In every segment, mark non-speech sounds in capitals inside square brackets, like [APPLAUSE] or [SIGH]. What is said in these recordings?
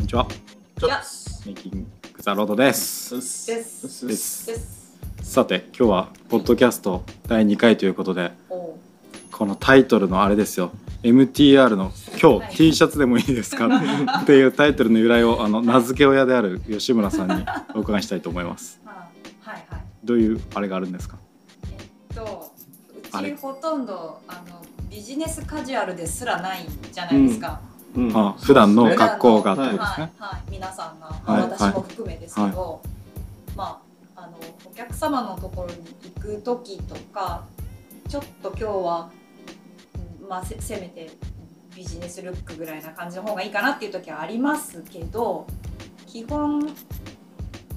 にちは。ちょっやメイキングザロードです。うっすですうっすうでっすす。です。さて、今日はポッドキャスト第2回ということで、おうこのタイトルのあれですよ。MTR の今はい日 T シャツでもいいですか [LAUGHS] っていうタイトルの由来をあの名付け親である吉村さんにお伺いしたいと思います。まあはいはい。どういうあれがあるんですか。えっとあうれちほとんどあのビジネスカジュアルですらないじゃないですか。うんあ、普段のそうですね格好がってことですはいね。はい。皆さんが、はいはい私も含めですけど、まああのお客様のところに行く時とか、ちょっと今日はうんまあせせめてビジネスルックぐらいな感じの方がいいかなっていう時はありますけど、基本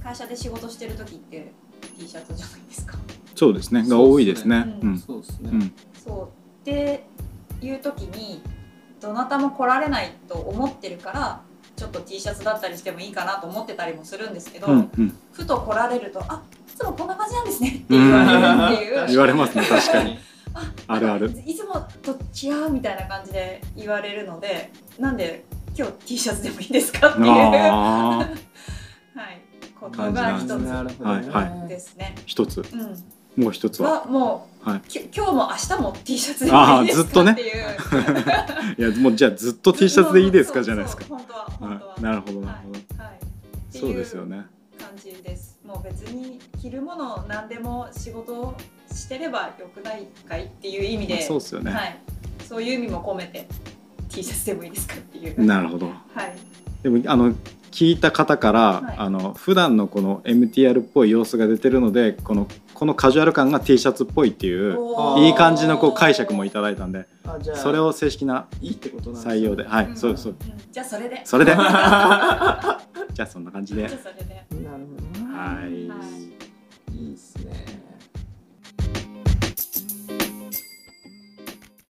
会社で仕事してる時って T シャツじゃないですか。そうですね。そうですねが多いですね。ううんん。そうですうねん。そうっていう時にどなたも来られないと思ってるからちょっと T シャツだったりしてもいいかなと思ってたりもするんですけど、うん。うん。ふと来られると「あいつもこんな感じなんですね」って言われるっていう [LAUGHS] 言われますね確か [LAUGHS] にあるある。いつもと違うみたいな感じで言われるのでなんで今日 T シャツでもいいですかっていう、はああ。い、ことが一なつるほどねはいですね。一つ。うんもう一つは。はもう、はいき今日も明日も T シャツでもいいですかあーっていう。いやもうじゃあずっと T シャツでいいですかじゃないですか。そうそう本当は本当は。はい、なるほどなるほど。はいはい。っていうそうですよね。感じです。もう別に着るもの何でも仕事をしてればよくないかいっていう意味まあで、そうですよね。はい。そういう意味も込めて T シャツでもいいですかっていう。なるほど。はい。でもあの聞いた方から、はいあの普段のこの MTR っぽい様子が出てるのでこのこのカジュアル感が T シャツっぽいっていうおーいい感じのこう解釈もいただいたんであじゃあそれを正式ないいってことなんすね採用ではい、んそうそう。んじゃあそれで。そ [LAUGHS] れでじゃじゃあそんな感じあでそれで。なるほどなはいはいいいですね